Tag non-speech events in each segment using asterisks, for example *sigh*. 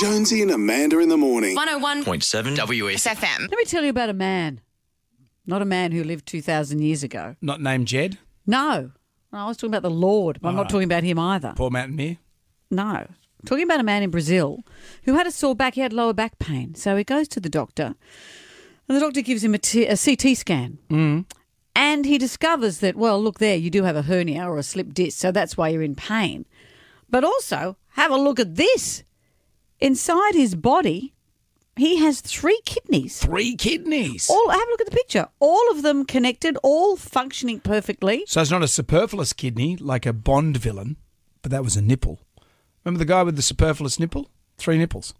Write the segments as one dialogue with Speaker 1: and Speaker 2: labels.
Speaker 1: Jonesy and Amanda in the morning.
Speaker 2: 101
Speaker 3: 101.7 WS.
Speaker 2: FM.
Speaker 4: Let me tell you about a man, not a man who lived 2,000 years ago.
Speaker 5: Not named Jed,
Speaker 4: No, I was talking about the Lord, but I'm not talking about him either.
Speaker 5: poor mountaineer.
Speaker 4: No. Talking about a man in Brazil who had a sore back, he had lower back pain. So he goes to the doctor, and the doctor gives him a, t- a CT scan. Mm. And he discovers that, well, look there, you do have a hernia or a slip disc, so that's why you're in pain. But also, have a look at this. Inside his body, he has three kidneys.
Speaker 5: Three kidneys.
Speaker 4: All have a look at the picture. All of them connected, all functioning perfectly.
Speaker 5: So it's not a superfluous kidney like a Bond villain, but that was a nipple. Remember the guy with the superfluous nipple? Three nipples.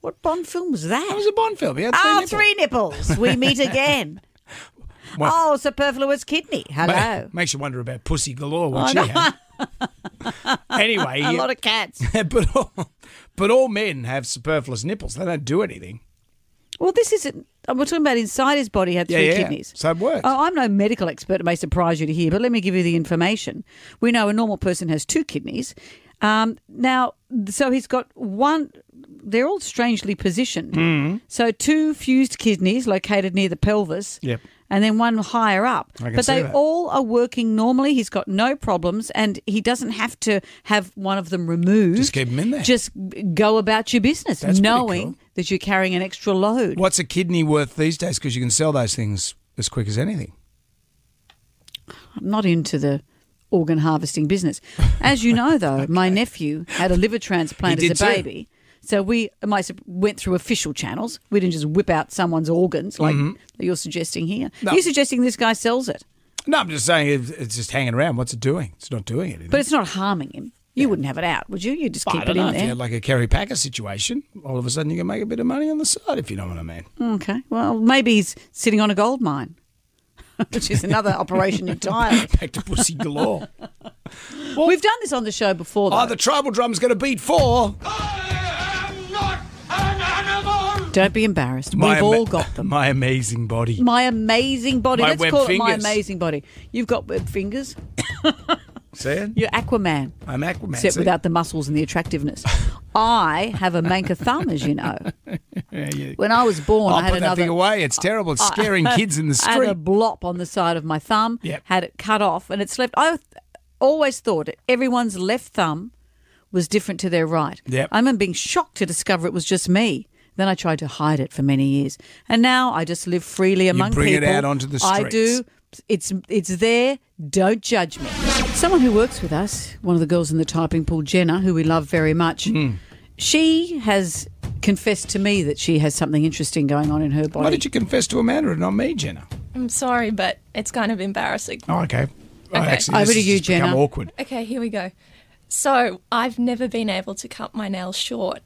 Speaker 4: What Bond film was that?
Speaker 5: That was a Bond film. He had three
Speaker 4: Ah,
Speaker 5: nipples.
Speaker 4: three nipples. We meet again.
Speaker 5: *laughs* Well-
Speaker 4: oh, superfluous kidney.
Speaker 5: Ma-
Speaker 4: Hello.
Speaker 5: *laughs*
Speaker 4: Oh,
Speaker 5: makes you wonder about pussy galore, what she had.
Speaker 4: *laughs*
Speaker 5: anyway,
Speaker 4: A lot of cats.
Speaker 5: *laughs* but all, but all men have superfluous nipples. They don't do anything.
Speaker 4: Well, this isn't. oh, We're talking about inside his body had
Speaker 5: Yeah,
Speaker 4: three
Speaker 5: yeah.
Speaker 4: kidneys.
Speaker 5: So it worked.
Speaker 4: Oh, I'm no medical expert. It may surprise you to hear, but let me give you the information. We know a normal person has two kidneys. Um, now, so he's got one. They're all strangely positioned.
Speaker 5: Mm-hmm.
Speaker 4: So two fused kidneys located near the pelvis.
Speaker 5: Yep.
Speaker 4: And then one higher up.
Speaker 5: I can
Speaker 4: but
Speaker 5: see
Speaker 4: they
Speaker 5: that.
Speaker 4: all are working normally. He's got no problems and he doesn't have to have one of them removed.
Speaker 5: Just keep 'em in there.
Speaker 4: Just go about your business
Speaker 5: That's pretty
Speaker 4: knowing
Speaker 5: cool.
Speaker 4: that you're carrying an extra load.
Speaker 5: What's a kidney worth these days? Because you can sell those things as quick as anything.
Speaker 4: I'm not into the organ harvesting business. As you know,
Speaker 5: *laughs*
Speaker 4: though, my nephew had a liver transplant
Speaker 5: He
Speaker 4: as a
Speaker 5: did too.
Speaker 4: baby. So we my, sup- went through official channels. We didn't just whip out someone's organs like you're suggesting here.
Speaker 5: Mm-hmm. No.
Speaker 4: You're suggesting this guy sells it,
Speaker 5: No, I'm just saying it- it's just hanging around. What's it doing? It's not doing anything.
Speaker 4: but it's not harming him. You wouldn't have it out, would you? You just keep
Speaker 5: I
Speaker 4: it
Speaker 5: don't know,
Speaker 4: in
Speaker 5: if you
Speaker 4: there.
Speaker 5: had like a Kerry Packer situation, all of a sudden you can make a bit of money on the side, if you know what I mean. *laughs*
Speaker 4: Okay. Well, maybe he's sitting on a gold mine, *laughs* which is another
Speaker 5: *laughs*
Speaker 4: operation entirely.
Speaker 5: Back to
Speaker 4: *laughs*
Speaker 5: pussy galore.
Speaker 4: We've done this on the show before. Though.
Speaker 5: oh, the tribal drum's going to beat four.
Speaker 4: Don't be embarrassed. We've
Speaker 5: ama-
Speaker 4: all got them.
Speaker 5: *laughs* My
Speaker 4: *laughs*
Speaker 5: amazing body.
Speaker 4: My amazing body.
Speaker 5: My
Speaker 4: Let's
Speaker 5: web
Speaker 4: call it my
Speaker 5: fingers.
Speaker 4: amazing body. You've got web fingers.
Speaker 5: See it?
Speaker 4: You're Aquaman,
Speaker 5: I'm Aquaman.
Speaker 4: except
Speaker 5: see?
Speaker 4: without the muscles and the attractiveness. I have a manker thumb, as you know.
Speaker 5: Yeah, yeah.
Speaker 4: When I was born,
Speaker 5: I'll
Speaker 4: I had
Speaker 5: put that
Speaker 4: another.
Speaker 5: thing away. It's terrible. It's scaring kids in the
Speaker 4: *laughs* I had a
Speaker 5: street.
Speaker 4: blop on the side of my thumb.
Speaker 5: Yep.
Speaker 4: Had it cut off, and it's left. I th- always thought everyone's left thumb was different to their right.
Speaker 5: Yep.
Speaker 4: I remember being shocked to discover it was just me. Then I tried to hide it for many years, and now I just live freely among
Speaker 5: bring it
Speaker 4: people.
Speaker 5: out onto the
Speaker 4: I do. It's it's there. Don't judge me. Someone who works with us, one of the girls in the typing pool, Jenna, who we love very much.
Speaker 5: Hmm.
Speaker 4: She has confessed to me that she has something interesting going on in her body.
Speaker 5: Why did you confess to Amanda and not me, Jenna?
Speaker 6: I'm sorry, but it's kind of embarrassing.
Speaker 5: Oh, okay. Oh,
Speaker 6: Okay.
Speaker 5: actually,
Speaker 4: Over
Speaker 5: this
Speaker 4: to
Speaker 5: has
Speaker 4: you,
Speaker 5: just become
Speaker 4: Jenna.
Speaker 5: awkward.
Speaker 6: Okay, here we go. So, I've never been able to cut my nails short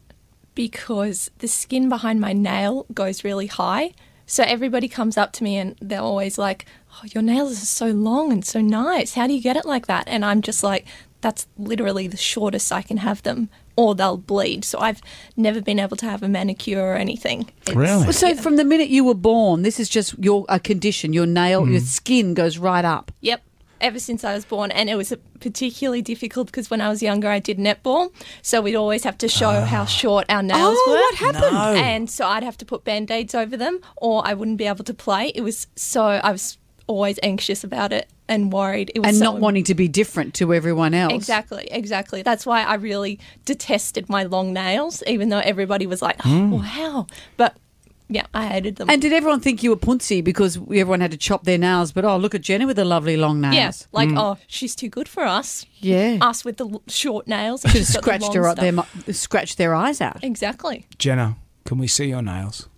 Speaker 6: because the skin behind my nail goes really high. So, everybody comes up to me and they're always like, Oh, your nails are so long and so nice. How do you get it like that? And I'm just like, That's literally the shortest I can have them, or they'll bleed. So, I've never been able to have a manicure or anything. It's-
Speaker 5: Really?
Speaker 4: Well, so from the minute you were born, this is just your a condition. Your nail,
Speaker 5: Mm.
Speaker 4: your skin goes right up.
Speaker 6: Yep. Ever since I was born, and it was particularly difficult because when I was younger, I did netball, so we'd always have to show how short our nails
Speaker 4: Ah. Oh,
Speaker 6: were.
Speaker 4: what happened? No.
Speaker 6: And so I'd have to put band aids over them, or I wouldn't be able to play. It was so I was always anxious about it and worried. It was
Speaker 4: And
Speaker 6: so
Speaker 4: not wanting to be different to everyone else.
Speaker 6: Exactly, exactly. That's why I really detested my long nails, even though everybody was like, oh, "Wow!" But yeah, I hated them.
Speaker 4: Hmm. And did everyone think you were puncy because everyone had to chop their nails? But oh, look at Jenna with the lovely long nails. Hmm.
Speaker 6: Yes, like oh, she's too good for us.
Speaker 4: Yeah.
Speaker 6: us with the l- short nails.
Speaker 4: Should have scratched her up their, mu- scratched their eyes out.
Speaker 6: Exactly.
Speaker 5: Jenna, can we see your nails?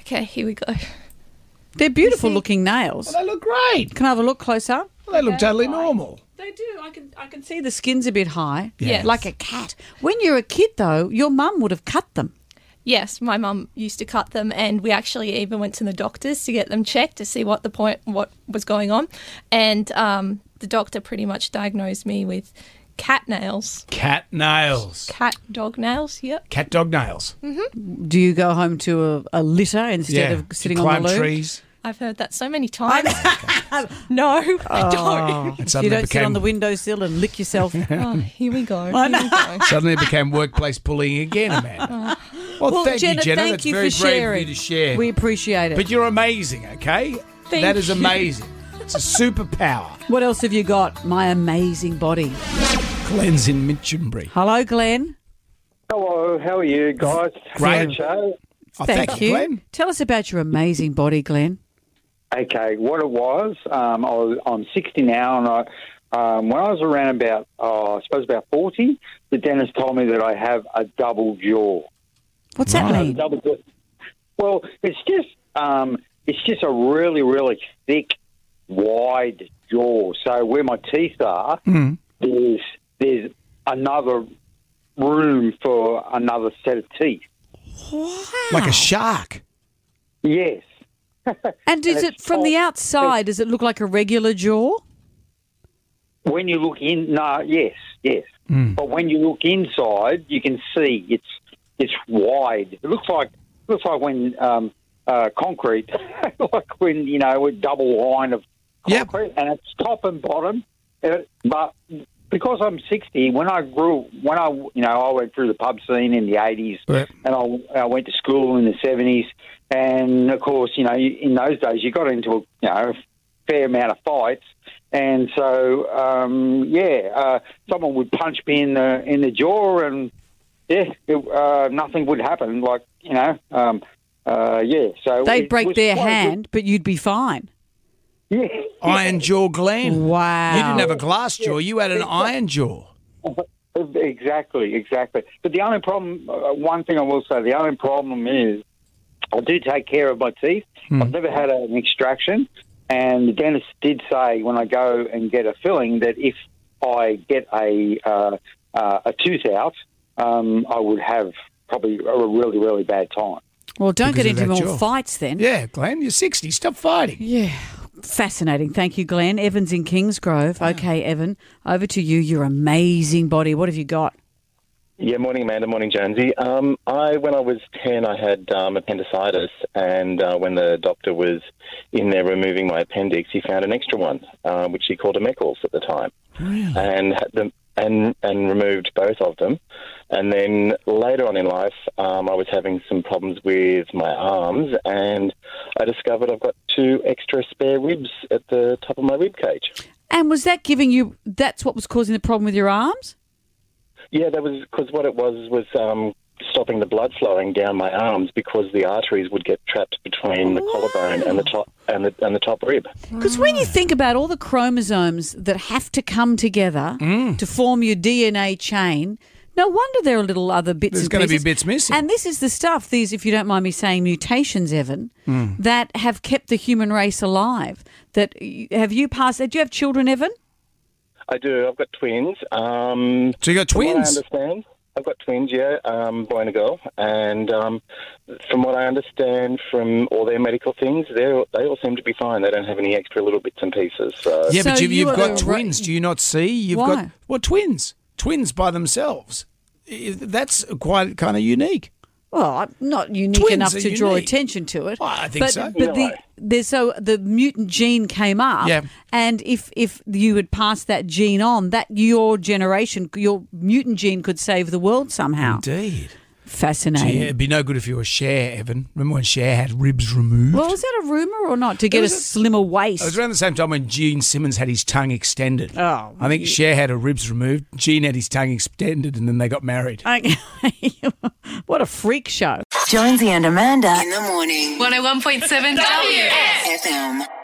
Speaker 6: Okay, here we go. *laughs*
Speaker 4: They're beautiful looking nails.
Speaker 5: They look great.
Speaker 4: Can I have a look closer?
Speaker 5: They look totally normal.
Speaker 4: They do. I can I can see the skin's a bit high.
Speaker 6: Yes.
Speaker 4: Like a cat. When you're a kid though, your mum would have cut them.
Speaker 6: Yes, my mum used to cut them, and we actually even went to the doctors to get them checked to see what the point, what was going on, and um, the doctor pretty much diagnosed me with cat nails,
Speaker 5: Cat nails.
Speaker 6: cat dog nails. Yep.
Speaker 5: Cat dog nails.
Speaker 4: Do you go home to a, a litter instead of
Speaker 5: yeah. You
Speaker 4: sitting on
Speaker 5: climb
Speaker 4: the loo?
Speaker 5: trees.
Speaker 6: I've heard that so many times. *laughs* no, I don't.
Speaker 5: And
Speaker 4: you
Speaker 5: suddenly
Speaker 4: don't sit
Speaker 5: became
Speaker 4: on the *laughs* windowsill and lick
Speaker 5: *laughs*
Speaker 4: yourself.
Speaker 6: Oh, *laughs* here we go. Here we go.
Speaker 5: suddenly it became workplace bullying again, Amanda.
Speaker 4: *laughs*
Speaker 5: Well,
Speaker 4: well,
Speaker 5: thank
Speaker 4: Jenna,
Speaker 5: you, Jenna.
Speaker 4: thank
Speaker 5: That's
Speaker 4: you
Speaker 5: very
Speaker 4: for
Speaker 5: brave
Speaker 4: sharing.
Speaker 5: of you to share.
Speaker 4: We appreciate it.
Speaker 5: but you're amazing, okay?
Speaker 6: Thank
Speaker 5: that is
Speaker 6: you.
Speaker 5: amazing. It's a superpower.
Speaker 4: what else have you got? My amazing body.
Speaker 5: Glenn's in Minchinbury.
Speaker 4: Hello, Glenn.
Speaker 2: Hello, how are you guys?
Speaker 5: Great.
Speaker 2: Great show.
Speaker 5: Oh,
Speaker 4: Thank, you.
Speaker 5: Glenn.
Speaker 4: Tell us about your amazing body, Glenn.
Speaker 2: Okay, what it was, um, I was, I'm 60 now, and I, um, when I was around about, oh, I suppose about 40, the dentist told me that I have a double jaw.
Speaker 4: What's that mean?
Speaker 2: Double jaw. Well, it's just, um, it's just a really, really thick, wide jaw. So where my teeth are, there's there's another room for another set of teeth.
Speaker 5: Like a shark.
Speaker 2: Yes.
Speaker 4: And is it from the outside? Does it look like a regular jaw?
Speaker 2: when you look in, no, yes, yes. But when you look inside, you can see it's it's wide. It looks like looks like when um, uh, concrete, *laughs* like when you know a double line of
Speaker 5: Yep.
Speaker 2: concrete, and it's top and bottom. Uh, but because I'm sixty, when I grew, when I you know I went through the pub scene in the eighties,
Speaker 5: Right.
Speaker 2: and I, I went to school in the seventies, and of course, you know, you- in those days, you got into you know a fair amount of fights, and so um, yeah, uh, someone would punch me in the in the jaw, and yeah, it, uh, nothing would happen. Like you know, um, uh, yeah. So
Speaker 4: They'd
Speaker 2: it
Speaker 4: break
Speaker 2: was
Speaker 4: their
Speaker 2: quite a good-
Speaker 4: hand, but you'd be fine.
Speaker 2: *laughs* Yeah.
Speaker 5: Iron jaw Glenn.
Speaker 4: Wow.
Speaker 5: You didn't have a glass jaw, you had an iron jaw.
Speaker 2: Exactly, exactly. But the only problem, uh, one thing I will say, the only problem is I do take care of my teeth. I've never had an extraction, and the dentist did say when I go and get a filling that if I get a uh, uh, a tooth out, um, I would have probably a really really bad time.
Speaker 4: well, don't get
Speaker 5: Because of
Speaker 4: into
Speaker 5: that
Speaker 4: more
Speaker 5: jaw.
Speaker 4: fights then.
Speaker 5: Yeah, Glenn, you're 60. Stop fighting.
Speaker 4: Yeah. Fascinating. Thank you, Glenn. Evan's in Kingsgrove. Okay, Evan, over to you. Your amazing body. What have you got?
Speaker 3: Yeah, morning, Amanda. Morning, Jonesy. Um, I, when I was ten, I had um, appendicitis, and uh, when the doctor was in there removing my appendix, he found an extra one, uh, which he called a Meckles at the time, and had them and and removed both of them. And then later on in life, um, I was having some problems with my arms, and I discovered I've got two extra spare ribs at the top of my rib cage.
Speaker 4: And was that giving you, that's what was causing the problem with your arms?
Speaker 3: Yeah, that was because what it was was um, stopping the blood flowing down my arms because the arteries would get trapped between the collarbone and the top and the and the top rib.
Speaker 4: Because when
Speaker 5: Mm.
Speaker 4: you think about all the chromosomes that have to come together
Speaker 5: Mm.
Speaker 4: to form your DNA chain, no wonder there are little other bits.
Speaker 5: There's
Speaker 4: and
Speaker 5: gonna be
Speaker 4: pieces.
Speaker 5: bits missing.
Speaker 4: And this is the stuff. These, if you don't mind me saying, mutations, Evan,
Speaker 5: Mm.
Speaker 4: that have kept the human race alive. That have you passed? Do you have children, Evan?
Speaker 3: I do. I've got twins. Um,
Speaker 5: So you got
Speaker 3: From what I
Speaker 5: twins?
Speaker 3: understand. I've got twins, yeah, um, boy and a girl, and um, from what I understand from all their medical things, they they all seem to be fine. They don't have any extra little bits and pieces. So
Speaker 5: Yeah,
Speaker 4: So
Speaker 5: but you've,
Speaker 4: you
Speaker 5: you've
Speaker 4: are
Speaker 5: got
Speaker 4: the ra-
Speaker 5: twins. Do you not see? You've got
Speaker 4: Why?
Speaker 5: well twins. Twins by themselves. I- That's quite kind of unique.
Speaker 4: Well, I'm not unique
Speaker 5: Twins
Speaker 4: enough
Speaker 5: are
Speaker 4: to draw
Speaker 5: unique.
Speaker 4: attention to it.
Speaker 5: Well, I think
Speaker 4: but,
Speaker 5: so.
Speaker 4: But the,
Speaker 3: No.
Speaker 4: there's so the mutant gene came up,
Speaker 5: Yeah.
Speaker 4: and if if you had passed that gene on, that your generation, your mutant gene could save the world somehow.
Speaker 5: Indeed. Yeah,
Speaker 4: Fascinating.
Speaker 5: it'd be no good if you were Cher, Evan. Remember when Cher had ribs removed?
Speaker 4: Well, was that a rumor or not to get a
Speaker 5: was a-
Speaker 4: slimmer
Speaker 5: it was
Speaker 4: waist?
Speaker 5: around the same time when Gene Simmons had his tongue extended.
Speaker 4: Oh,
Speaker 5: I think Cher had her ribs removed. Gene had his tongue extended, and then they got married.
Speaker 4: *laughs* Okay. *laughs* what a freak show.
Speaker 7: Jonesy and Amanda.
Speaker 8: In the morning.
Speaker 9: 101.7 W.
Speaker 8: FM.